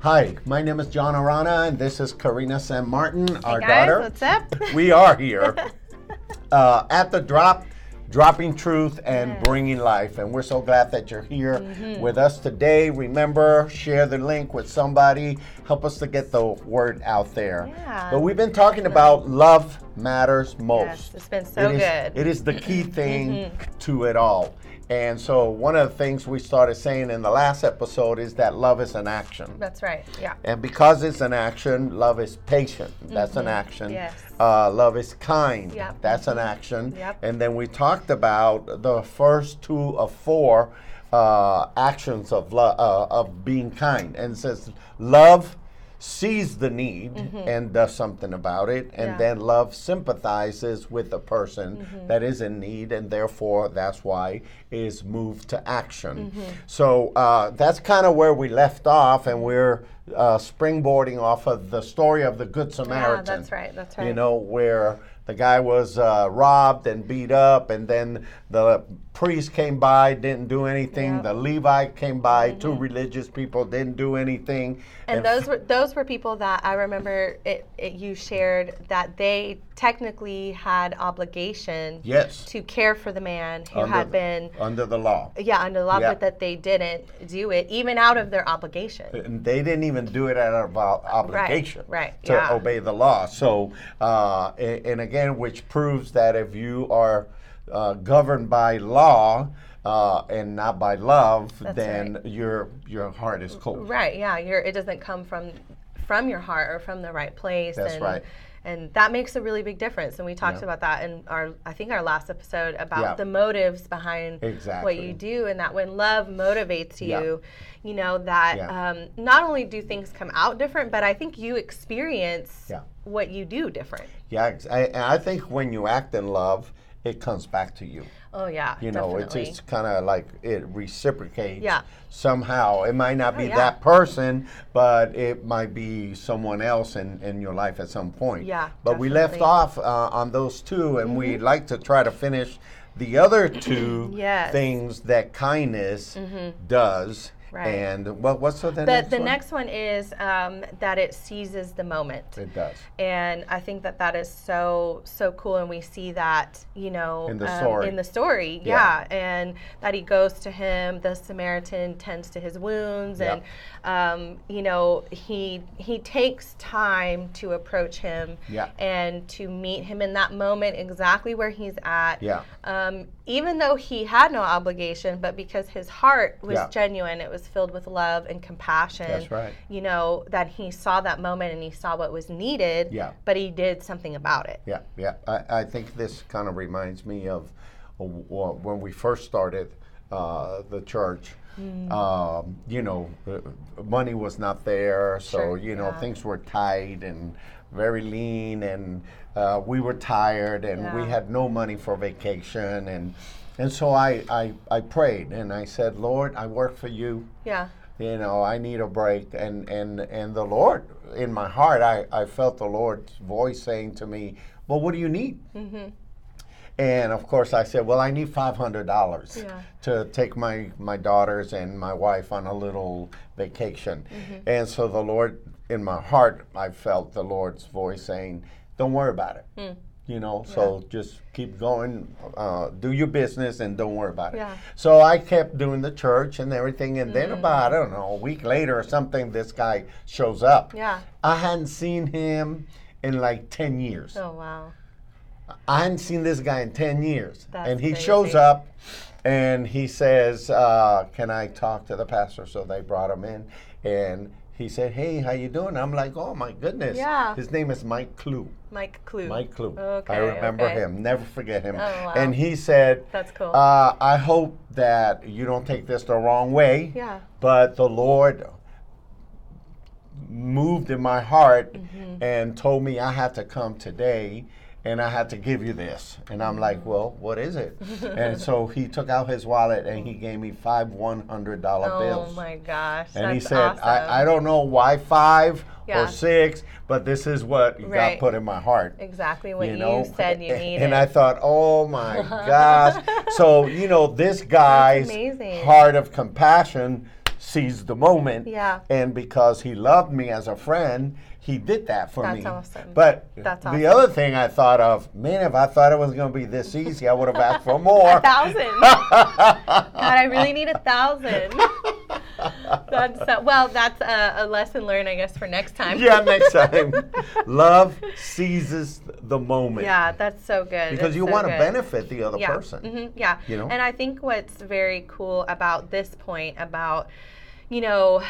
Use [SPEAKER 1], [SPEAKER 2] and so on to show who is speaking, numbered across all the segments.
[SPEAKER 1] Hi, my name is John Arana, and this is Karina San Martin, our
[SPEAKER 2] Guys,
[SPEAKER 1] daughter.
[SPEAKER 2] what's up?
[SPEAKER 1] we are here uh, at the drop dropping truth and bringing life and we're so glad that you're here
[SPEAKER 2] Mm-hmm.
[SPEAKER 1] with us today remember share the link with somebody help us to get the word out there
[SPEAKER 2] Yeah.
[SPEAKER 1] but we've been talking about love matters most
[SPEAKER 2] Yes, it's been so
[SPEAKER 1] Oh, It is-
[SPEAKER 2] good. Mm-hmm.
[SPEAKER 1] it is the key thing to it all and so one of the things we started saying in the last episode is that love is an action
[SPEAKER 2] That's right. Yeah. Mm-hmm.
[SPEAKER 1] and because it's an action, love is patient. That's an action.
[SPEAKER 2] Yes.
[SPEAKER 1] Uh, love is kind.
[SPEAKER 2] Yep.
[SPEAKER 1] That's an action.
[SPEAKER 2] Yep.
[SPEAKER 1] And then we talked about the first two of four uh, actions of lo- uh, of being kind, and it says love sees the need and does something about it, and
[SPEAKER 2] Mm-hmm. Yeah. Mm-hmm.
[SPEAKER 1] then love sympathizes with the person that is in need, and therefore that's why is moved to action.
[SPEAKER 2] Mm-hmm.
[SPEAKER 1] So uh, that's kind of where we left off, and we're uh, springboarding off of the story of the Good Samaritan.
[SPEAKER 2] Ah, that's right, that's
[SPEAKER 1] You
[SPEAKER 2] right.
[SPEAKER 1] know where the guy was uh, robbed and beat up, and then the priest came by, didn't do anything.
[SPEAKER 2] Yep. Mm-hmm.
[SPEAKER 1] The Levite came by, two religious people didn't do anything.
[SPEAKER 2] And those were those were people that I remember it, it you shared that they technically had obligation
[SPEAKER 1] yes,
[SPEAKER 2] to care for the man who
[SPEAKER 1] Under
[SPEAKER 2] had
[SPEAKER 1] the-
[SPEAKER 2] been
[SPEAKER 1] under the law.
[SPEAKER 2] yeah under the law,
[SPEAKER 1] Yeah.
[SPEAKER 2] but that they didn't do it even out of their obligation.
[SPEAKER 1] and they didn't even do it out of ob- obligation
[SPEAKER 2] right,
[SPEAKER 1] to
[SPEAKER 2] yeah.
[SPEAKER 1] obey the law. So, uh, a- and again, which proves that if you are uh, governed by law uh, and not by love, then your your heart is cold.
[SPEAKER 2] Right. Yeah. You're, it doesn't come from from your heart or from the right place.
[SPEAKER 1] That's
[SPEAKER 2] and,
[SPEAKER 1] right.
[SPEAKER 2] And that makes a really big difference. And we talked about that in our, I think our last episode about
[SPEAKER 1] Yeah.
[SPEAKER 2] the motives behind
[SPEAKER 1] Exactly.
[SPEAKER 2] what you do, and that when love motivates
[SPEAKER 1] Yeah.
[SPEAKER 2] you, you know that
[SPEAKER 1] Yeah.
[SPEAKER 2] um, not only do things come out different, but I think you experience
[SPEAKER 1] Yeah.
[SPEAKER 2] what you do different.
[SPEAKER 1] Yeah, ex- I, and I think when you act in love, it comes back to you.
[SPEAKER 2] Oh yeah.
[SPEAKER 1] You know,
[SPEAKER 2] definitely.
[SPEAKER 1] it's just kind of like it reciprocates
[SPEAKER 2] Yeah. Oh,
[SPEAKER 1] somehow. It might not be
[SPEAKER 2] yeah.
[SPEAKER 1] that person, but it might be someone else in, in your life at some point.
[SPEAKER 2] Yeah,
[SPEAKER 1] But we left
[SPEAKER 2] definitely. Mm-hmm.
[SPEAKER 1] off uh, on those two, and we'd like to try to finish the other two
[SPEAKER 2] Yes. Mm-hmm.
[SPEAKER 1] things that kindness does.
[SPEAKER 2] Right.
[SPEAKER 1] And what, what's the, the
[SPEAKER 2] But
[SPEAKER 1] next
[SPEAKER 2] the
[SPEAKER 1] one?
[SPEAKER 2] next one is um, that it seizes the moment.
[SPEAKER 1] It does.
[SPEAKER 2] and I think that that is so so cool, and we see that you know um,
[SPEAKER 1] In the story.
[SPEAKER 2] in the story,
[SPEAKER 1] Yeah.
[SPEAKER 2] yeah. and that he goes to him. The Samaritan tends to his wounds,
[SPEAKER 1] Yeah.
[SPEAKER 2] and um, you know he he takes time to approach him,
[SPEAKER 1] Yeah.
[SPEAKER 2] and to meet him in that moment exactly where he's at,
[SPEAKER 1] Yeah.
[SPEAKER 2] um, even though he had no obligation, but because his heart was
[SPEAKER 1] Yeah.
[SPEAKER 2] genuine, it was filled with love and compassion.
[SPEAKER 1] That's right.
[SPEAKER 2] You know, that he saw that moment and he saw what was needed,
[SPEAKER 1] Yeah.
[SPEAKER 2] but he did something about it.
[SPEAKER 1] Yeah, yeah. I, I think this kind of reminds me of uh, wh- when we first started uh, the church.
[SPEAKER 2] Mm.
[SPEAKER 1] Um, you know, uh, money was not there, so
[SPEAKER 2] Sure,
[SPEAKER 1] you know
[SPEAKER 2] yeah.
[SPEAKER 1] things were tight and very lean, and uh, we were tired, and we
[SPEAKER 2] Yeah.
[SPEAKER 1] had no money for vacation, and and so I, I I prayed and I said, Lord, I work for you
[SPEAKER 2] Yeah.
[SPEAKER 1] you know i need a break and and and the lord in my heart i i felt the lord's voice saying to me well what do you need and of course i said well i need $500
[SPEAKER 2] Yeah.
[SPEAKER 1] to take my my daughters and my wife on a little vacation
[SPEAKER 2] Mm-hmm.
[SPEAKER 1] and so the lord in my heart i felt the lord's voice saying don't worry about it
[SPEAKER 2] Mm.
[SPEAKER 1] you know so just keep going uh, do your business and don't worry about it
[SPEAKER 2] Yeah. Mm-hmm.
[SPEAKER 1] so I kept doing the church and everything, and then about I don't know a week later or something, this guy shows up.
[SPEAKER 2] Yeah.
[SPEAKER 1] I hadn't seen him in like ten years.
[SPEAKER 2] Oh wow.
[SPEAKER 1] I hadn't seen this guy in ten years,
[SPEAKER 2] That's
[SPEAKER 1] and he
[SPEAKER 2] crazy.
[SPEAKER 1] shows up, and he says, uh, "Can I talk to the pastor?" So they brought him in, and he said, "Hey, how you doing?" I'm like, "Oh my goodness."
[SPEAKER 2] Yeah.
[SPEAKER 1] His name is Mike Clue.
[SPEAKER 2] Mike Clue.
[SPEAKER 1] Mike Clue.
[SPEAKER 2] Okay,
[SPEAKER 1] I remember
[SPEAKER 2] okay. Oh,
[SPEAKER 1] him. Never forget him.
[SPEAKER 2] wow.
[SPEAKER 1] And he said,
[SPEAKER 2] That's cool.
[SPEAKER 1] Uh, I hope that you don't take this the wrong way.
[SPEAKER 2] Yeah.
[SPEAKER 1] But the Lord
[SPEAKER 2] Mm-hmm.
[SPEAKER 1] moved in my heart and told me I had to come today and I have to give you this. And I'm
[SPEAKER 2] Mm-hmm.
[SPEAKER 1] like, well, what is it? and so he took out his wallet and he gave me five $100
[SPEAKER 2] Oh
[SPEAKER 1] bills.
[SPEAKER 2] my gosh.
[SPEAKER 1] and
[SPEAKER 2] that's
[SPEAKER 1] he said,
[SPEAKER 2] awesome.
[SPEAKER 1] I, I don't know why five
[SPEAKER 2] Yeah.
[SPEAKER 1] or six, but this is what
[SPEAKER 2] Right.
[SPEAKER 1] God put in my heart.
[SPEAKER 2] exactly what you,
[SPEAKER 1] know?
[SPEAKER 2] said you
[SPEAKER 1] A-
[SPEAKER 2] needed.
[SPEAKER 1] And I thought, oh my gosh. So, you know, this guy's
[SPEAKER 2] amazing.
[SPEAKER 1] heart of compassion sees the moment.
[SPEAKER 2] Yeah.
[SPEAKER 1] And because he loved me as a friend, he did that for
[SPEAKER 2] That's
[SPEAKER 1] me.
[SPEAKER 2] awesome.
[SPEAKER 1] But
[SPEAKER 2] That's awesome.
[SPEAKER 1] the other thing I thought of, man, if I thought it was going to be this easy, I would have asked for more.
[SPEAKER 2] a thousand. God, I really need a thousand. That's uh, well, that's a, a lesson learned, I guess, for next time.
[SPEAKER 1] yeah, next time. Love seizes the moment.
[SPEAKER 2] Yeah, that's so good.
[SPEAKER 1] Because
[SPEAKER 2] It's
[SPEAKER 1] you
[SPEAKER 2] so
[SPEAKER 1] want to
[SPEAKER 2] good.
[SPEAKER 1] benefit the other
[SPEAKER 2] yeah.
[SPEAKER 1] person.
[SPEAKER 2] hmm yeah.
[SPEAKER 1] You know?
[SPEAKER 2] And I think what's very cool about this point about, you know,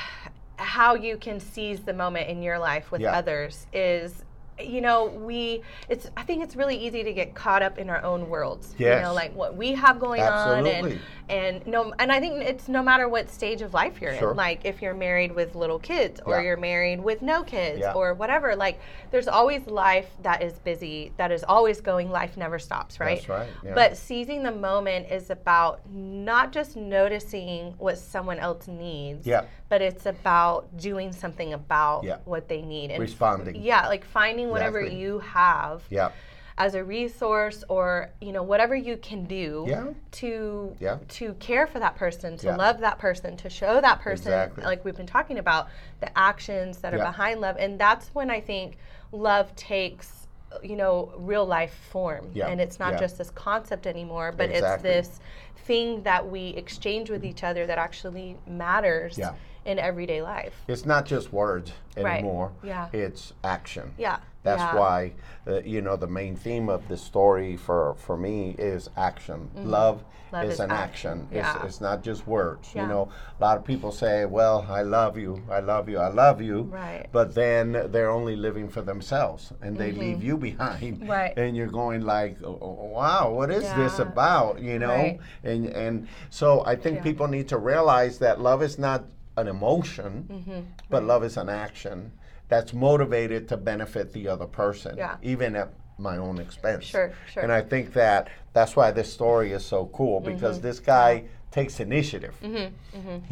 [SPEAKER 2] how you can seize the moment in your life with
[SPEAKER 1] Yeah.
[SPEAKER 2] others is you know we it's i think it's really easy to get caught up in our own worlds you
[SPEAKER 1] Yes.
[SPEAKER 2] know like what we have going on
[SPEAKER 1] Absolutely.
[SPEAKER 2] and and no and i think it's no matter what stage of life you're
[SPEAKER 1] Sure.
[SPEAKER 2] in like if you're married with little kids or
[SPEAKER 1] Yeah.
[SPEAKER 2] you're married with no kids
[SPEAKER 1] Yeah.
[SPEAKER 2] or whatever like there's always life that is busy that is always going life never stops right
[SPEAKER 1] That's right, yeah.
[SPEAKER 2] but seizing the moment is about not just noticing what someone else needs
[SPEAKER 1] Yeah.
[SPEAKER 2] but it's about doing something about
[SPEAKER 1] Yeah.
[SPEAKER 2] what they need and
[SPEAKER 1] Responding.
[SPEAKER 2] yeah like finding whatever
[SPEAKER 1] Exactly.
[SPEAKER 2] you have
[SPEAKER 1] Yeah.
[SPEAKER 2] as a resource or you know whatever you can do
[SPEAKER 1] Yeah.
[SPEAKER 2] to
[SPEAKER 1] Yeah.
[SPEAKER 2] to care for that person to
[SPEAKER 1] Yeah.
[SPEAKER 2] love that person to show that person
[SPEAKER 1] Exactly.
[SPEAKER 2] like we've been talking about the actions that are
[SPEAKER 1] Yeah.
[SPEAKER 2] behind love and that's when i think love takes you know real life form
[SPEAKER 1] Yeah.
[SPEAKER 2] and it's not
[SPEAKER 1] Yeah.
[SPEAKER 2] just this concept anymore but
[SPEAKER 1] Exactly.
[SPEAKER 2] it's this thing that we exchange with each other that actually matters
[SPEAKER 1] Yeah.
[SPEAKER 2] in everyday life
[SPEAKER 1] It's not just words
[SPEAKER 2] Right.
[SPEAKER 1] anymore.
[SPEAKER 2] Yeah.
[SPEAKER 1] It's action.
[SPEAKER 2] yeah
[SPEAKER 1] That's
[SPEAKER 2] Yeah.
[SPEAKER 1] why, uh, you know, the main theme of this story for, for me is action. Love,
[SPEAKER 2] Mm-hmm. Love
[SPEAKER 1] is,
[SPEAKER 2] is
[SPEAKER 1] an
[SPEAKER 2] action.
[SPEAKER 1] action.
[SPEAKER 2] Yeah.
[SPEAKER 1] It's, it's not just words.
[SPEAKER 2] Yeah.
[SPEAKER 1] You know, a lot of people say, well, I love you, I love you, I love you.
[SPEAKER 2] Right. Mm-hmm.
[SPEAKER 1] But then they're only living for themselves and they leave you behind.
[SPEAKER 2] Right.
[SPEAKER 1] And you're going like, "Oh, oh, wow, what is this
[SPEAKER 2] Yeah.
[SPEAKER 1] about? You know?
[SPEAKER 2] Right.
[SPEAKER 1] And, and so I think people need to realize that love is not an emotion,
[SPEAKER 2] Mm-hmm,
[SPEAKER 1] but love is an action that's motivated to benefit the other person,
[SPEAKER 2] Yeah.
[SPEAKER 1] even at my own expense.
[SPEAKER 2] Sure, sure. Mm-hmm.
[SPEAKER 1] And I think that that's why this story is so cool because this guy takes initiative.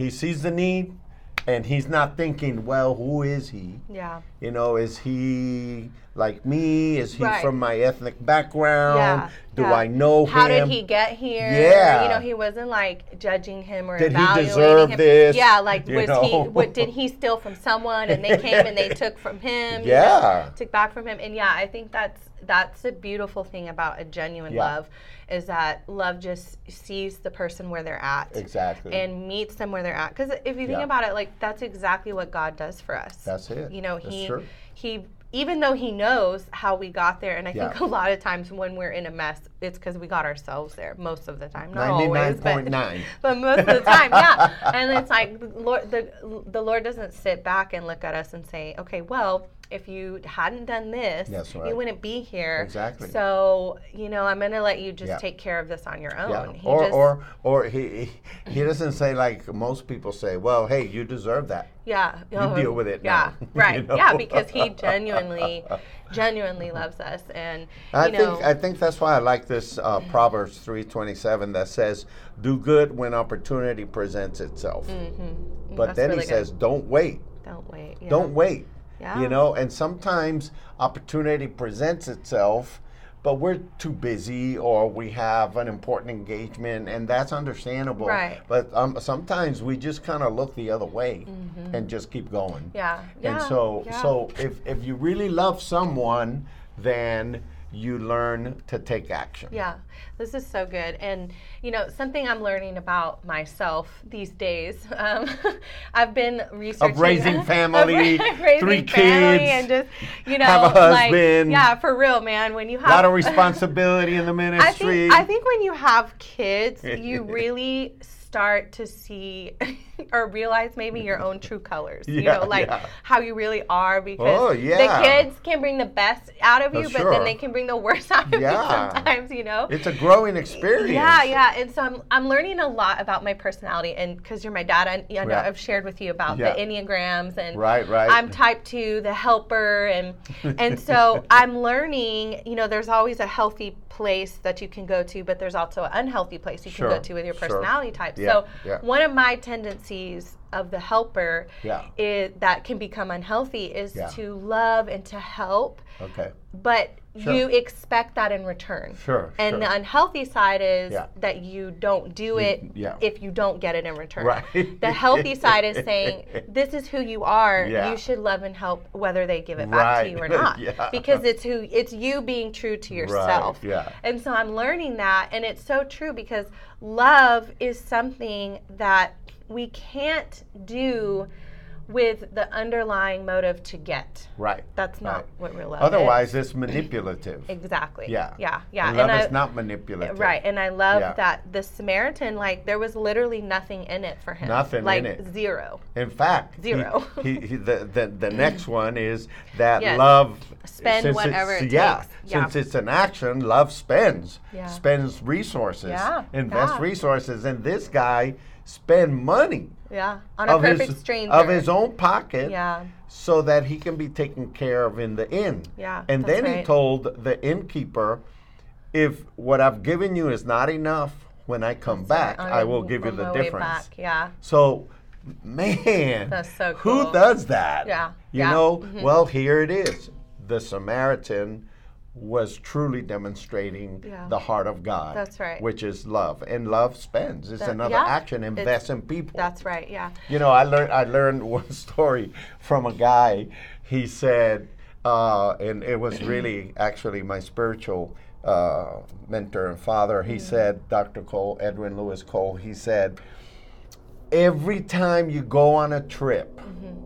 [SPEAKER 1] He sees the need and he's not thinking, well, who is he?
[SPEAKER 2] yeah
[SPEAKER 1] You know, is he like me? Is he
[SPEAKER 2] Right.
[SPEAKER 1] from my ethnic background?
[SPEAKER 2] Yeah,
[SPEAKER 1] Do
[SPEAKER 2] yeah.
[SPEAKER 1] I know
[SPEAKER 2] How
[SPEAKER 1] him?
[SPEAKER 2] did he get here?
[SPEAKER 1] Yeah.
[SPEAKER 2] You know, he wasn't like judging him or
[SPEAKER 1] Did he
[SPEAKER 2] evaluating
[SPEAKER 1] deserve
[SPEAKER 2] him.
[SPEAKER 1] this?
[SPEAKER 2] Yeah, like
[SPEAKER 1] You
[SPEAKER 2] was
[SPEAKER 1] know?
[SPEAKER 2] he what did he steal from someone and they came and they took from him? you know,
[SPEAKER 1] Yeah.
[SPEAKER 2] took back from him. And yeah, I think that's that's the beautiful thing about a genuine
[SPEAKER 1] Yeah.
[SPEAKER 2] love is that love just sees the person where they're at.
[SPEAKER 1] Exactly.
[SPEAKER 2] And meets them where they're at. Because if you think
[SPEAKER 1] Yeah.
[SPEAKER 2] about it, like that's exactly what God does for us.
[SPEAKER 1] That's it.
[SPEAKER 2] You know,
[SPEAKER 1] That's
[SPEAKER 2] he
[SPEAKER 1] true.
[SPEAKER 2] he even though he knows how we got there and i think a
[SPEAKER 1] Yeah.
[SPEAKER 2] lot of times when we're in a mess it's because we got ourselves there most of the time not always but,
[SPEAKER 1] 99.9.
[SPEAKER 2] but most of the time yeah and it's like the lord the, the lord doesn't sit back and look at us and say okay well if you hadn't done this
[SPEAKER 1] That's
[SPEAKER 2] you
[SPEAKER 1] right.
[SPEAKER 2] wouldn't be here
[SPEAKER 1] Exactly.
[SPEAKER 2] so you know i'm gonna let you just
[SPEAKER 1] Yeah.
[SPEAKER 2] take care of this on your
[SPEAKER 1] Yeah.
[SPEAKER 2] own Oh, He
[SPEAKER 1] Or,
[SPEAKER 2] just-
[SPEAKER 1] or or he he doesn't say like most people say, well, hey, you deserve that.
[SPEAKER 2] Yeah. oh,
[SPEAKER 1] deal with it
[SPEAKER 2] Yeah.
[SPEAKER 1] now, you
[SPEAKER 2] Right. Yeah,
[SPEAKER 1] know?
[SPEAKER 2] because he genuinely, genuinely loves us, and you
[SPEAKER 1] I
[SPEAKER 2] know,
[SPEAKER 1] think I think that's why I like this uh, Proverbs three twenty seven that says, "Do good when opportunity presents itself." But
[SPEAKER 2] Mm-hmm. Mm, That's
[SPEAKER 1] then
[SPEAKER 2] really
[SPEAKER 1] he
[SPEAKER 2] good.
[SPEAKER 1] says, "Don't wait,
[SPEAKER 2] don't wait. Yeah.
[SPEAKER 1] don't wait."
[SPEAKER 2] Yeah.
[SPEAKER 1] You know, and sometimes opportunity presents itself, but we're too busy or we have an important engagement, and that's understandable.
[SPEAKER 2] Right.
[SPEAKER 1] But um, sometimes we just kind of look the other way and just keep going.
[SPEAKER 2] Mm-hmm. Yeah. Yeah.
[SPEAKER 1] And so,
[SPEAKER 2] yeah.
[SPEAKER 1] so if, if you really love someone, then you learn to take action.
[SPEAKER 2] Yeah, this is so good. And, you know, something I'm learning about myself these days, um, I've been researching.
[SPEAKER 1] raising
[SPEAKER 2] of
[SPEAKER 1] family,
[SPEAKER 2] raising
[SPEAKER 1] three
[SPEAKER 2] family
[SPEAKER 1] kids,
[SPEAKER 2] And just, you know,
[SPEAKER 1] have a
[SPEAKER 2] Like,
[SPEAKER 1] husband.
[SPEAKER 2] yeah, for real, man. When you have.
[SPEAKER 1] A lot of responsibility in the ministry.
[SPEAKER 2] I think, I think when you have kids, you really start to see or realize maybe your own true colors. you
[SPEAKER 1] Yeah,
[SPEAKER 2] know, like
[SPEAKER 1] yeah.
[SPEAKER 2] how you really are because
[SPEAKER 1] Oh, yeah.
[SPEAKER 2] the kids can bring the best out of
[SPEAKER 1] Oh,
[SPEAKER 2] you, but then
[SPEAKER 1] sure.
[SPEAKER 2] they can bring the worst out of you
[SPEAKER 1] Yeah.
[SPEAKER 2] sometimes, you know?
[SPEAKER 1] It's a growing experience.
[SPEAKER 2] Yeah, yeah. And so I'm, I'm learning a lot about my personality, and because you're my dad, I, I know
[SPEAKER 1] Right.
[SPEAKER 2] I've shared with you about
[SPEAKER 1] Yeah.
[SPEAKER 2] the enneagrams and
[SPEAKER 1] Right, right.
[SPEAKER 2] I'm type two, the helper, and and so I'm learning. You know, there's always a healthy place that you can go to, but there's also an unhealthy place you
[SPEAKER 1] Sure,
[SPEAKER 2] can go to with your
[SPEAKER 1] sure.
[SPEAKER 2] personality type.
[SPEAKER 1] Yeah,
[SPEAKER 2] so
[SPEAKER 1] yeah.
[SPEAKER 2] one of my tendencies of the helper
[SPEAKER 1] Yeah.
[SPEAKER 2] is, that can become unhealthy is
[SPEAKER 1] Yeah.
[SPEAKER 2] to love and to help,
[SPEAKER 1] Okay.
[SPEAKER 2] but
[SPEAKER 1] Sure.
[SPEAKER 2] you expect that in return.
[SPEAKER 1] Sure.
[SPEAKER 2] And
[SPEAKER 1] sure.
[SPEAKER 2] uh, the unhealthy side is
[SPEAKER 1] Yeah.
[SPEAKER 2] that you don't do it
[SPEAKER 1] yeah.
[SPEAKER 2] if you don't get it in return.
[SPEAKER 1] Right.
[SPEAKER 2] The healthy side is saying, this is who you are.
[SPEAKER 1] Yeah.
[SPEAKER 2] You should love and help whether they give it back to you or
[SPEAKER 1] Right.
[SPEAKER 2] not.
[SPEAKER 1] Yeah.
[SPEAKER 2] Because it's who it's you being true to yourself.
[SPEAKER 1] yeah.
[SPEAKER 2] And so I'm learning that and it's so true because love is something that we can't do with the underlying motive to get.
[SPEAKER 1] right.
[SPEAKER 2] That's not
[SPEAKER 1] Right.
[SPEAKER 2] what real love is.
[SPEAKER 1] Otherwise, it's manipulative.
[SPEAKER 2] Exactly.
[SPEAKER 1] Yeah.
[SPEAKER 2] Yeah. Yeah.
[SPEAKER 1] Love
[SPEAKER 2] I-
[SPEAKER 1] is not manipulative.
[SPEAKER 2] Right, and I love
[SPEAKER 1] Yeah.
[SPEAKER 2] that the Samaritan, like, there was literally nothing in it for him.
[SPEAKER 1] Nothing in
[SPEAKER 2] like,
[SPEAKER 1] it.
[SPEAKER 2] Zero.
[SPEAKER 1] In fact, he-
[SPEAKER 2] Zero.
[SPEAKER 1] He, he, the, the the next one is that
[SPEAKER 2] Yes.
[SPEAKER 1] love.
[SPEAKER 2] Spend
[SPEAKER 1] since
[SPEAKER 2] whatever
[SPEAKER 1] it's-
[SPEAKER 2] it
[SPEAKER 1] yeah,
[SPEAKER 2] takes. Yeah.
[SPEAKER 1] Since it's an action, love spends.
[SPEAKER 2] Yeah.
[SPEAKER 1] Spends resources.
[SPEAKER 2] Yeah,
[SPEAKER 1] Invest
[SPEAKER 2] yeah.
[SPEAKER 1] resources, and this guy spend money
[SPEAKER 2] Yeah, on a
[SPEAKER 1] of
[SPEAKER 2] perfect
[SPEAKER 1] his
[SPEAKER 2] stranger.
[SPEAKER 1] of his own pocket.
[SPEAKER 2] Yeah.
[SPEAKER 1] So that he can be taken care of in the inn.
[SPEAKER 2] Yeah,
[SPEAKER 1] And
[SPEAKER 2] that's
[SPEAKER 1] then he
[SPEAKER 2] right.
[SPEAKER 1] told the innkeeper, if what I've given you is not enough, when I come back,
[SPEAKER 2] On
[SPEAKER 1] I
[SPEAKER 2] our-
[SPEAKER 1] will give you
[SPEAKER 2] on
[SPEAKER 1] the
[SPEAKER 2] my way
[SPEAKER 1] difference.
[SPEAKER 2] back, Yeah.
[SPEAKER 1] So, man,
[SPEAKER 2] That's so
[SPEAKER 1] who
[SPEAKER 2] cool.
[SPEAKER 1] does that?
[SPEAKER 2] Yeah,
[SPEAKER 1] You
[SPEAKER 2] yeah, Mm-hmm.
[SPEAKER 1] know, well, here it is. The Samaritan was truly demonstrating
[SPEAKER 2] Yeah.
[SPEAKER 1] the heart of God.
[SPEAKER 2] That's right.
[SPEAKER 1] Which is love. And love spends. It's
[SPEAKER 2] That-
[SPEAKER 1] another
[SPEAKER 2] yeah,
[SPEAKER 1] action.
[SPEAKER 2] it's-
[SPEAKER 1] Invest in people.
[SPEAKER 2] That's right. Yeah.
[SPEAKER 1] You know, I learned I learned one story from a guy. He said, uh, and it was really actually my spiritual uh, mentor and father. He said, Dr. Cole, Edwin Lewis Cole. He said, every time you go on a trip,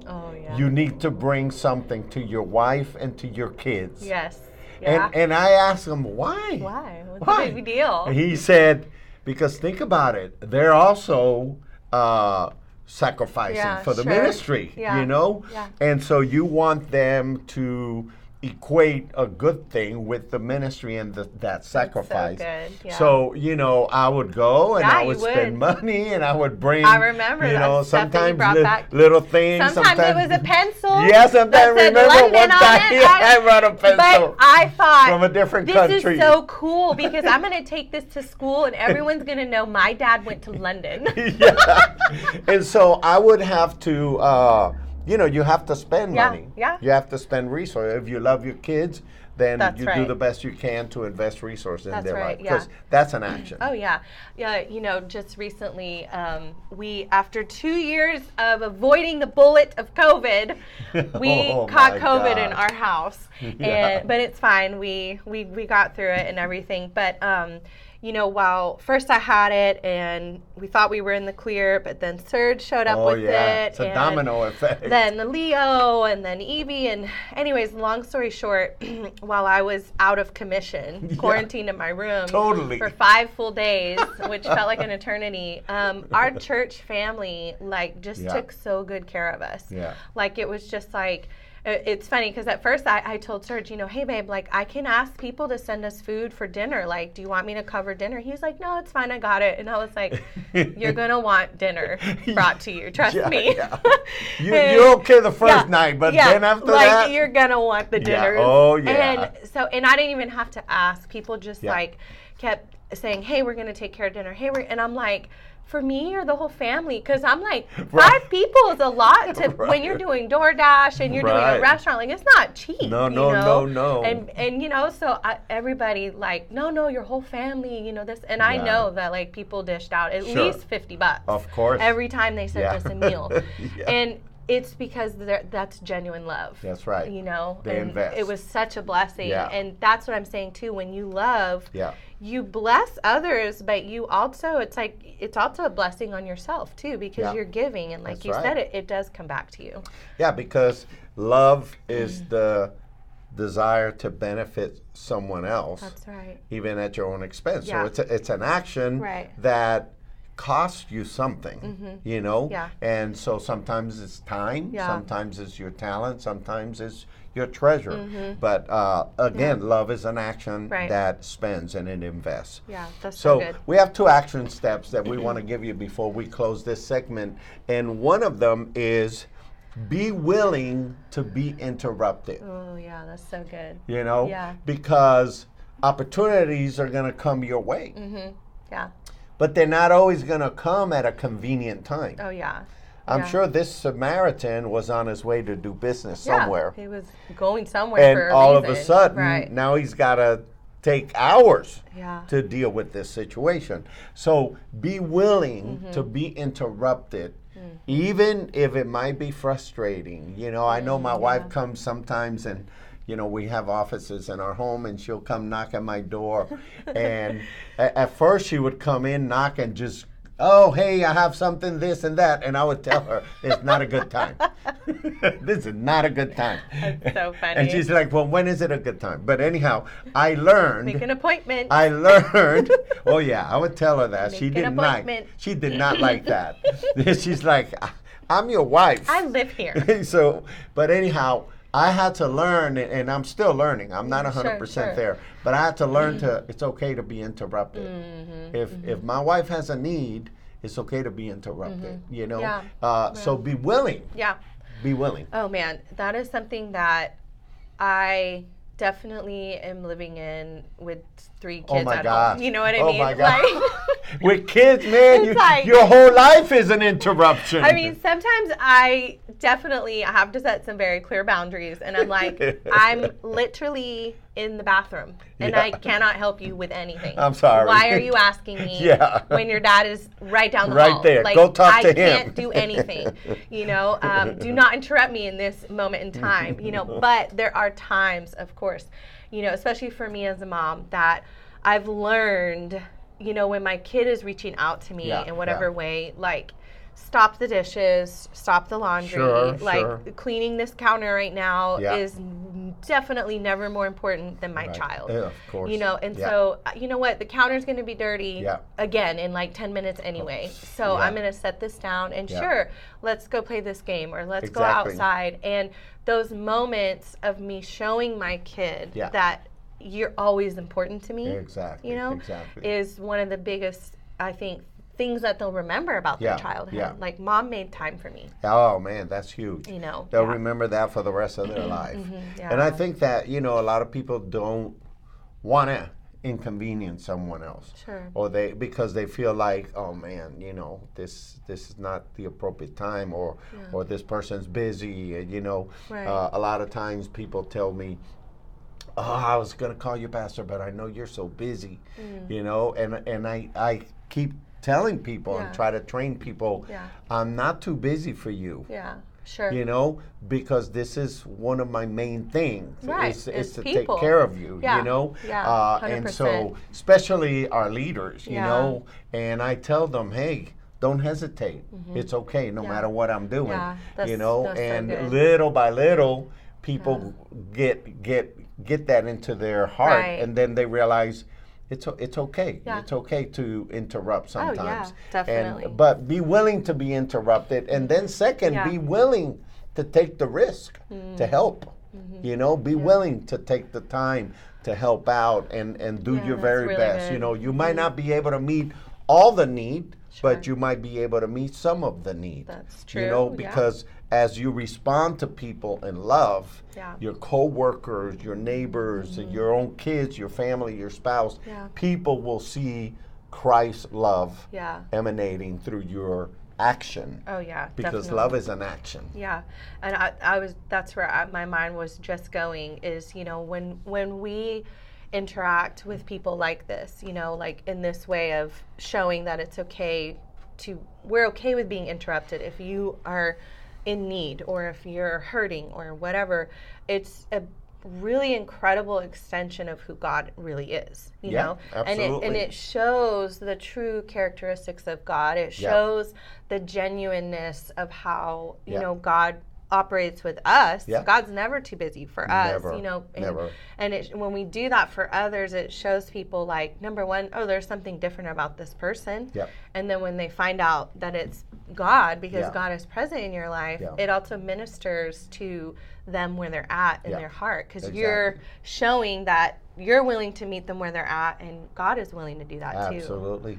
[SPEAKER 2] Oh, yeah.
[SPEAKER 1] you need to bring something to your wife and to your kids.
[SPEAKER 2] yes. Yeah.
[SPEAKER 1] And and I asked him why.
[SPEAKER 2] Why? What's
[SPEAKER 1] Why?
[SPEAKER 2] the big deal?
[SPEAKER 1] He said, because think about it, they're also uh, sacrificing
[SPEAKER 2] Yeah,
[SPEAKER 1] for the
[SPEAKER 2] sure.
[SPEAKER 1] ministry,
[SPEAKER 2] Yeah,
[SPEAKER 1] you know?
[SPEAKER 2] yeah.
[SPEAKER 1] And so you want them to equate a good thing with the ministry and the, that sacrifice.
[SPEAKER 2] good, yeah.
[SPEAKER 1] So, you know, I would go and
[SPEAKER 2] Yeah,
[SPEAKER 1] I
[SPEAKER 2] you
[SPEAKER 1] would spend money and I would bring,
[SPEAKER 2] I remember
[SPEAKER 1] you
[SPEAKER 2] that
[SPEAKER 1] know,
[SPEAKER 2] stuff that you
[SPEAKER 1] sometimes
[SPEAKER 2] brought
[SPEAKER 1] li-
[SPEAKER 2] back.
[SPEAKER 1] little things.
[SPEAKER 2] Sometimes, it was a pencil.
[SPEAKER 1] Yes, sometimes
[SPEAKER 2] that said
[SPEAKER 1] remember
[SPEAKER 2] London
[SPEAKER 1] one
[SPEAKER 2] on
[SPEAKER 1] time
[SPEAKER 2] it.
[SPEAKER 1] I brought a pencil
[SPEAKER 2] But I thought
[SPEAKER 1] from a different
[SPEAKER 2] this
[SPEAKER 1] country."
[SPEAKER 2] is so cool because I'm going to take this to school and everyone's going to know my dad went to London.
[SPEAKER 1] yeah. And so I would have to, uh, you know, you have to spend
[SPEAKER 2] Yeah,
[SPEAKER 1] money.
[SPEAKER 2] yeah.
[SPEAKER 1] You have to spend resources. If you love your kids, then
[SPEAKER 2] That's
[SPEAKER 1] you do
[SPEAKER 2] right.
[SPEAKER 1] the best you can to invest resources in
[SPEAKER 2] That's
[SPEAKER 1] their
[SPEAKER 2] right,
[SPEAKER 1] life
[SPEAKER 2] yeah.
[SPEAKER 1] that's an action.
[SPEAKER 2] Oh yeah, yeah. You know, just recently, um, we after two years of avoiding the bullet of COVID, we
[SPEAKER 1] Oh,
[SPEAKER 2] caught
[SPEAKER 1] my
[SPEAKER 2] COVID in
[SPEAKER 1] God.
[SPEAKER 2] our house,
[SPEAKER 1] Yeah.
[SPEAKER 2] and but it's fine. We we we got through it and everything. But um, you know, while first I had it and we thought we were in the clear, but then Serge showed up
[SPEAKER 1] Oh,
[SPEAKER 2] with
[SPEAKER 1] yeah.
[SPEAKER 2] it.
[SPEAKER 1] It's a
[SPEAKER 2] and
[SPEAKER 1] domino effect.
[SPEAKER 2] then the Leo and then Evie and anyways, long story short, while I was out of commission, quarantined in my room
[SPEAKER 1] Totally.
[SPEAKER 2] for five full days, which felt like an eternity, um, our church family like just
[SPEAKER 1] Yeah.
[SPEAKER 2] took so good care of us.
[SPEAKER 1] Yeah.
[SPEAKER 2] Like it was just like i- it's funny because at first I, I told Serge, you know, hey babe, like I can ask people to send us food for dinner. Like, do you want me to cover dinner? He was like, no, it's fine, I got it. And I was like, you're gonna want dinner brought to you. Trust
[SPEAKER 1] Yeah,
[SPEAKER 2] me.
[SPEAKER 1] yeah. you, you're okay the first
[SPEAKER 2] Yeah,
[SPEAKER 1] night, but
[SPEAKER 2] yeah,
[SPEAKER 1] then after
[SPEAKER 2] like,
[SPEAKER 1] that,
[SPEAKER 2] you're gonna want the
[SPEAKER 1] Yeah,
[SPEAKER 2] dinner.
[SPEAKER 1] oh, yeah.
[SPEAKER 2] And so, and I didn't even have to ask. People just
[SPEAKER 1] Yeah.
[SPEAKER 2] like kept saying, "Hey, we're gonna take care of dinner." Hey, we're and I'm like. For me or the whole family, because I'm like
[SPEAKER 1] Right.
[SPEAKER 2] five people is a lot to when you're
[SPEAKER 1] Right.
[SPEAKER 2] doing DoorDash and you're doing
[SPEAKER 1] Right.
[SPEAKER 2] a restaurant. Like it's not cheap.
[SPEAKER 1] No,
[SPEAKER 2] you
[SPEAKER 1] no, no,
[SPEAKER 2] know?
[SPEAKER 1] no.
[SPEAKER 2] And and you know, so I, everybody like, no, no, your whole family. You know this, and I
[SPEAKER 1] Yeah.
[SPEAKER 2] know that like people dished out at
[SPEAKER 1] Sure.
[SPEAKER 2] least fifty bucks.
[SPEAKER 1] Of course.
[SPEAKER 2] Every time they sent
[SPEAKER 1] Yeah.
[SPEAKER 2] us a meal,
[SPEAKER 1] Yeah.
[SPEAKER 2] and it's because they're- that's genuine love.
[SPEAKER 1] That's right.
[SPEAKER 2] You know,
[SPEAKER 1] They
[SPEAKER 2] and
[SPEAKER 1] invest.
[SPEAKER 2] It was such a blessing,
[SPEAKER 1] Yeah.
[SPEAKER 2] and that's what I'm saying too. When you love,
[SPEAKER 1] Yeah.
[SPEAKER 2] you bless others, but you also it's like it's also a blessing on yourself too because
[SPEAKER 1] Yeah.
[SPEAKER 2] you're giving, and like
[SPEAKER 1] That's
[SPEAKER 2] you
[SPEAKER 1] right.
[SPEAKER 2] said, it, it does come back to you.
[SPEAKER 1] Yeah, because love is
[SPEAKER 2] Mm.
[SPEAKER 1] the desire to benefit someone else.
[SPEAKER 2] That's right.
[SPEAKER 1] even at your own expense.
[SPEAKER 2] Yeah.
[SPEAKER 1] So it's a, it's an action
[SPEAKER 2] Right. Mm-hmm.
[SPEAKER 1] that cost you something, you know?
[SPEAKER 2] Yeah.
[SPEAKER 1] And so sometimes it's time,
[SPEAKER 2] Yeah.
[SPEAKER 1] sometimes it's your talent, sometimes it's your treasure. But uh, again, love is an action
[SPEAKER 2] Mm-hmm. Right.
[SPEAKER 1] that spends and it invests.
[SPEAKER 2] Yeah, that's so,
[SPEAKER 1] So
[SPEAKER 2] good.
[SPEAKER 1] we have two action steps that we want to give you before we close this segment, and one of them is be willing to be interrupted.
[SPEAKER 2] Oh yeah, that's so good.
[SPEAKER 1] You know,
[SPEAKER 2] Yeah.
[SPEAKER 1] because opportunities are going to come your way,
[SPEAKER 2] Mm-hmm. Yeah.
[SPEAKER 1] but they're not always going to come at a convenient time.
[SPEAKER 2] Oh yeah.
[SPEAKER 1] I'm
[SPEAKER 2] yeah.
[SPEAKER 1] sure this Samaritan was on his way to do business
[SPEAKER 2] Yeah,
[SPEAKER 1] somewhere,
[SPEAKER 2] He was going somewhere for
[SPEAKER 1] and
[SPEAKER 2] a
[SPEAKER 1] all of a
[SPEAKER 2] reason.
[SPEAKER 1] sudden,
[SPEAKER 2] Right.
[SPEAKER 1] now he's got to take hours.
[SPEAKER 2] yeah.
[SPEAKER 1] to deal with this situation. So be willing
[SPEAKER 2] Mm-hmm.
[SPEAKER 1] to be interrupted,
[SPEAKER 2] Mm.
[SPEAKER 1] even if it might be frustrating. You know, I know my wife comes sometimes and you know, we have offices in our home, and she'll come knock at my door. and a- at first, she would come in, knock, and just, oh, hey, I have something, this and that. And I would tell her, it's not a good time. this is not a good time.
[SPEAKER 2] That's so
[SPEAKER 1] And
[SPEAKER 2] funny.
[SPEAKER 1] she's like, well, when is it a good time? But anyhow, I learned.
[SPEAKER 2] Make an appointment.
[SPEAKER 1] I learned. oh yeah, I would tell her that she
[SPEAKER 2] Make
[SPEAKER 1] did
[SPEAKER 2] an
[SPEAKER 1] not.
[SPEAKER 2] appointment.
[SPEAKER 1] She did not like that. She's like, "I- I'm your wife.
[SPEAKER 2] I live here.
[SPEAKER 1] so, but anyhow, I had to learn, and- and I'm still learning. I'm not 100 percent
[SPEAKER 2] sure. Mm-hmm.
[SPEAKER 1] there, but I had to learn to. It's okay to be interrupted. If if my wife has a need, it's okay to be interrupted. You know.
[SPEAKER 2] Mm-hmm. Yeah.
[SPEAKER 1] Uh, So be willing.
[SPEAKER 2] yeah.
[SPEAKER 1] Be willing.
[SPEAKER 2] Oh man, that is something that I definitely am living in with three kids
[SPEAKER 1] Oh my
[SPEAKER 2] at
[SPEAKER 1] God.
[SPEAKER 2] home. You know what I
[SPEAKER 1] Oh
[SPEAKER 2] mean?
[SPEAKER 1] my God.
[SPEAKER 2] Like
[SPEAKER 1] With kids, man,
[SPEAKER 2] It's
[SPEAKER 1] you,
[SPEAKER 2] like-
[SPEAKER 1] your whole life is an interruption.
[SPEAKER 2] I mean, sometimes I definitely have to set some very clear boundaries, and I'm like, I'm literally in the bathroom, and I
[SPEAKER 1] Yeah.
[SPEAKER 2] cannot help you with anything.
[SPEAKER 1] I'm sorry.
[SPEAKER 2] Why are you asking me?
[SPEAKER 1] Yeah.
[SPEAKER 2] When your dad is right down the
[SPEAKER 1] Right
[SPEAKER 2] hall?
[SPEAKER 1] there.
[SPEAKER 2] Like,
[SPEAKER 1] Go talk
[SPEAKER 2] I
[SPEAKER 1] to him.
[SPEAKER 2] can't do anything. You know, um, do not interrupt me in this moment in time. You know, but there are times, of course, you know, especially for me as a mom, that I've learned. You know, when my kid is reaching out to me
[SPEAKER 1] Yeah,
[SPEAKER 2] in whatever
[SPEAKER 1] yeah.
[SPEAKER 2] way, like stop the dishes, stop the laundry.
[SPEAKER 1] Sure,
[SPEAKER 2] like
[SPEAKER 1] sure.
[SPEAKER 2] cleaning this counter right now
[SPEAKER 1] Yeah.
[SPEAKER 2] is n- definitely never more important than my
[SPEAKER 1] Right.
[SPEAKER 2] child.
[SPEAKER 1] Yeah, of course.
[SPEAKER 2] You know, and
[SPEAKER 1] Yeah.
[SPEAKER 2] so uh, you know what, the counter's going to be dirty
[SPEAKER 1] Yeah.
[SPEAKER 2] again in like 10 minutes anyway. So
[SPEAKER 1] Yeah.
[SPEAKER 2] I'm going to set this down and
[SPEAKER 1] Yeah.
[SPEAKER 2] sure, let's go play this game or let's go
[SPEAKER 1] Exactly.
[SPEAKER 2] outside and those moments of me showing my kid
[SPEAKER 1] Yeah.
[SPEAKER 2] that you're always important to me
[SPEAKER 1] Exactly.
[SPEAKER 2] you know,
[SPEAKER 1] Exactly.
[SPEAKER 2] is one of the biggest, I think, things that they'll remember about
[SPEAKER 1] Yeah,
[SPEAKER 2] their childhood.
[SPEAKER 1] yeah.
[SPEAKER 2] Like, mom made time for me,
[SPEAKER 1] Oh man, that's huge.
[SPEAKER 2] you know.
[SPEAKER 1] They'll
[SPEAKER 2] yeah. Mm-hmm.
[SPEAKER 1] remember that for the rest of their life.
[SPEAKER 2] yeah.
[SPEAKER 1] And I think that, you know, a lot of people don't want to inconvenience someone else.
[SPEAKER 2] Sure.
[SPEAKER 1] Or they because they feel like, oh man, you know, this this is not the appropriate time or or this person's busy, uh, you know.
[SPEAKER 2] Right.
[SPEAKER 1] Uh, a lot of times people tell me, "Oh, I was going to call you pastor, but I know you're so busy."
[SPEAKER 2] Mm.
[SPEAKER 1] You know, and and I I keep telling people
[SPEAKER 2] Yeah.
[SPEAKER 1] and try to train people,
[SPEAKER 2] Yeah.
[SPEAKER 1] I'm not too busy for you
[SPEAKER 2] Yeah, sure.
[SPEAKER 1] you know because this is one of my main things
[SPEAKER 2] Right,
[SPEAKER 1] is, is
[SPEAKER 2] is
[SPEAKER 1] to
[SPEAKER 2] people.
[SPEAKER 1] take care of you
[SPEAKER 2] Yeah,
[SPEAKER 1] you know
[SPEAKER 2] yeah,
[SPEAKER 1] uh, and
[SPEAKER 2] 100%.
[SPEAKER 1] so especially our leaders you
[SPEAKER 2] Yeah.
[SPEAKER 1] know and i tell them hey don't hesitate it's okay no
[SPEAKER 2] Mm-hmm. Yeah.
[SPEAKER 1] matter what i'm doing
[SPEAKER 2] Yeah,
[SPEAKER 1] you
[SPEAKER 2] that's-
[SPEAKER 1] know
[SPEAKER 2] that's so
[SPEAKER 1] and
[SPEAKER 2] good.
[SPEAKER 1] little by little people get get get that into their heart
[SPEAKER 2] Right.
[SPEAKER 1] and then they realize it's, o- it's okay.
[SPEAKER 2] Yeah. Oh,
[SPEAKER 1] It's okay to interrupt
[SPEAKER 2] yeah,
[SPEAKER 1] sometimes.
[SPEAKER 2] definitely.
[SPEAKER 1] And, but be willing to be interrupted. And then, second,
[SPEAKER 2] Yeah. Mm-hmm.
[SPEAKER 1] be willing to take the risk to help. You know, be willing to take the time to help out and, and do
[SPEAKER 2] Yeah,
[SPEAKER 1] your
[SPEAKER 2] that's
[SPEAKER 1] very
[SPEAKER 2] really
[SPEAKER 1] best. You
[SPEAKER 2] good. Mm-hmm.
[SPEAKER 1] know, you might not be able to meet all the need, but
[SPEAKER 2] Sure.
[SPEAKER 1] you might be able to meet some of the need.
[SPEAKER 2] That's
[SPEAKER 1] You know,
[SPEAKER 2] true, yeah.
[SPEAKER 1] because as you respond to people in love,
[SPEAKER 2] Yeah. Mm-hmm.
[SPEAKER 1] your coworkers, your neighbors, your own kids, your family, your spouse,
[SPEAKER 2] Yeah.
[SPEAKER 1] people will see Christ's love
[SPEAKER 2] yeah.
[SPEAKER 1] emanating through your action
[SPEAKER 2] Oh, yeah.
[SPEAKER 1] because
[SPEAKER 2] definitely.
[SPEAKER 1] love is an action.
[SPEAKER 2] Yeah, and I, I was that's where I, my mind was just going is you know when when we interact with people like this, you know, like in this way of showing that it's okay to we're okay with being interrupted if you are in need or if you're hurting or whatever. It's a really incredible extension of who God really is, you
[SPEAKER 1] Yeah,
[SPEAKER 2] know. And it and
[SPEAKER 1] absolutely.
[SPEAKER 2] it shows the true characteristics of God. It
[SPEAKER 1] Yeah.
[SPEAKER 2] shows the genuineness of how you
[SPEAKER 1] Yeah.
[SPEAKER 2] know God operates with us.
[SPEAKER 1] Yeah.
[SPEAKER 2] God's never too busy for us,
[SPEAKER 1] Never.
[SPEAKER 2] you know. And,
[SPEAKER 1] Never.
[SPEAKER 2] and it, when we do that for others, it shows people like number one, oh, there's something different about this person.
[SPEAKER 1] Yep.
[SPEAKER 2] And then when they find out that it's God, because
[SPEAKER 1] Yeah.
[SPEAKER 2] God is present in your life,
[SPEAKER 1] Yeah.
[SPEAKER 2] it also ministers to them where they're at in
[SPEAKER 1] Yeah.
[SPEAKER 2] their heart, because
[SPEAKER 1] Exactly.
[SPEAKER 2] you're showing that you're willing to meet them where they're at, and God is willing to do that too.
[SPEAKER 1] Absolutely.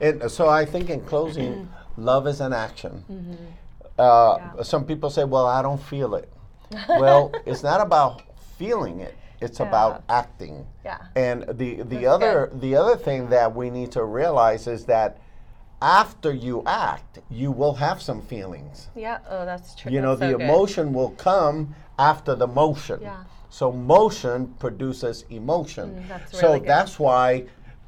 [SPEAKER 1] And so I think in closing, love is an action. Uh,
[SPEAKER 2] Mm-hmm. Yeah.
[SPEAKER 1] Some people say, well, I don't feel it. well, it's not about feeling it. It's about acting.
[SPEAKER 2] Yeah.
[SPEAKER 1] And the, the other the other thing that we need to realize is that after you act, you will have some feelings.
[SPEAKER 2] Yeah. Oh, that's true.
[SPEAKER 1] You know,
[SPEAKER 2] That's
[SPEAKER 1] the
[SPEAKER 2] so good.
[SPEAKER 1] emotion will come after the motion.
[SPEAKER 2] Yeah.
[SPEAKER 1] So motion produces emotion.
[SPEAKER 2] Mm, that's
[SPEAKER 1] so
[SPEAKER 2] really good.
[SPEAKER 1] that's why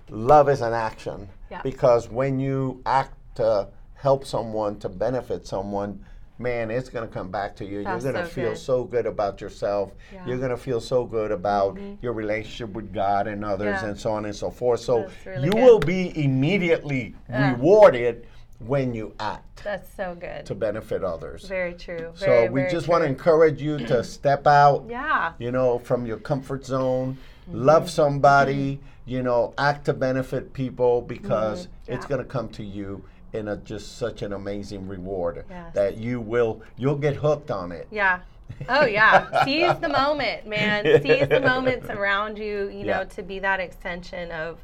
[SPEAKER 1] love is an action.
[SPEAKER 2] Yeah.
[SPEAKER 1] Because when you act to help someone, to benefit someone, man, it's going to come back to you.
[SPEAKER 2] That's
[SPEAKER 1] You're going to
[SPEAKER 2] so
[SPEAKER 1] feel
[SPEAKER 2] good.
[SPEAKER 1] so good about yourself.
[SPEAKER 2] Yeah. Mm-hmm.
[SPEAKER 1] You're going to feel so good about your relationship with God and others
[SPEAKER 2] Yeah.
[SPEAKER 1] and so on and so forth. So
[SPEAKER 2] That's really
[SPEAKER 1] you
[SPEAKER 2] good.
[SPEAKER 1] will be immediately rewarded when you act
[SPEAKER 2] That's so good.
[SPEAKER 1] to benefit others.
[SPEAKER 2] Very true.
[SPEAKER 1] So
[SPEAKER 2] Very,
[SPEAKER 1] we
[SPEAKER 2] very
[SPEAKER 1] just
[SPEAKER 2] true.
[SPEAKER 1] want to encourage you to step out,
[SPEAKER 2] Yeah. Mm-hmm.
[SPEAKER 1] you know, from your comfort zone, love somebody, you know, act to benefit people because it's
[SPEAKER 2] Mm-hmm. Yeah.
[SPEAKER 1] going to come to you in a just such an amazing reward
[SPEAKER 2] Yes.
[SPEAKER 1] that you will you'll get hooked on it.
[SPEAKER 2] Yeah. Oh yeah. Seize the moment, man. Seize the moments around you, you
[SPEAKER 1] Yeah.
[SPEAKER 2] know, to be that extension of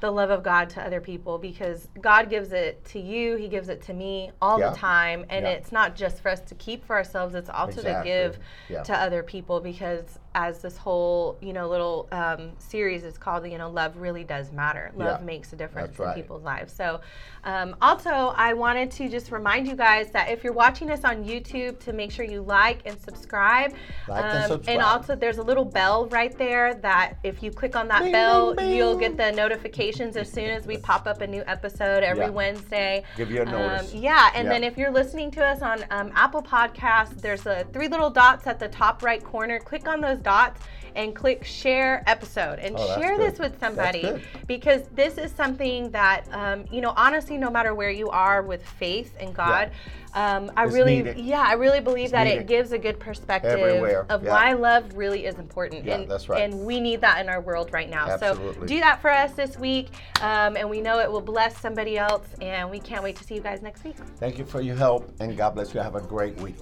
[SPEAKER 2] the love of God to other people because God gives it to you, he gives it to me all
[SPEAKER 1] Yeah.
[SPEAKER 2] the time and
[SPEAKER 1] Yeah.
[SPEAKER 2] it's not just for us to keep for ourselves, it's also
[SPEAKER 1] Exactly.
[SPEAKER 2] to give
[SPEAKER 1] Yeah.
[SPEAKER 2] to other people because as this whole, you know, little um, series is called, you know, love really does matter. Love
[SPEAKER 1] Yeah.
[SPEAKER 2] makes a difference
[SPEAKER 1] That's
[SPEAKER 2] in
[SPEAKER 1] right.
[SPEAKER 2] people's people's lives. So, um, also, I wanted to just remind you guys that if you're watching us on YouTube, to make sure you like and subscribe. Um,
[SPEAKER 1] Like and subscribe.
[SPEAKER 2] also, there's a little bell right there that if you click on that
[SPEAKER 1] Bing,
[SPEAKER 2] bell,
[SPEAKER 1] bing, bing.
[SPEAKER 2] you'll get the notifications as soon as we pop up a new episode every
[SPEAKER 1] Yeah.
[SPEAKER 2] Wednesday.
[SPEAKER 1] Give you a
[SPEAKER 2] Um,
[SPEAKER 1] notice.
[SPEAKER 2] yeah, and
[SPEAKER 1] Yeah.
[SPEAKER 2] then if you're listening to us on um, Apple Podcasts, there's uh, three little dots at the top right corner. Click on those dots and click share episode and
[SPEAKER 1] Oh, that's
[SPEAKER 2] share
[SPEAKER 1] good.
[SPEAKER 2] this with
[SPEAKER 1] That's
[SPEAKER 2] somebody
[SPEAKER 1] good.
[SPEAKER 2] because this is something that um, you know honestly no matter where you are with faith in god um, i
[SPEAKER 1] It's
[SPEAKER 2] really
[SPEAKER 1] needed.
[SPEAKER 2] yeah i really believe that
[SPEAKER 1] needed.
[SPEAKER 2] it gives a good perspective
[SPEAKER 1] Everywhere,
[SPEAKER 2] of
[SPEAKER 1] yeah.
[SPEAKER 2] why love really is important
[SPEAKER 1] Yeah,
[SPEAKER 2] and,
[SPEAKER 1] that's right.
[SPEAKER 2] and we need that in our world right now
[SPEAKER 1] Absolutely.
[SPEAKER 2] so do that for us this week um, and we know it will bless somebody else and we can't wait to see you guys next week
[SPEAKER 1] Thank you for your help and God bless you. Have a great week.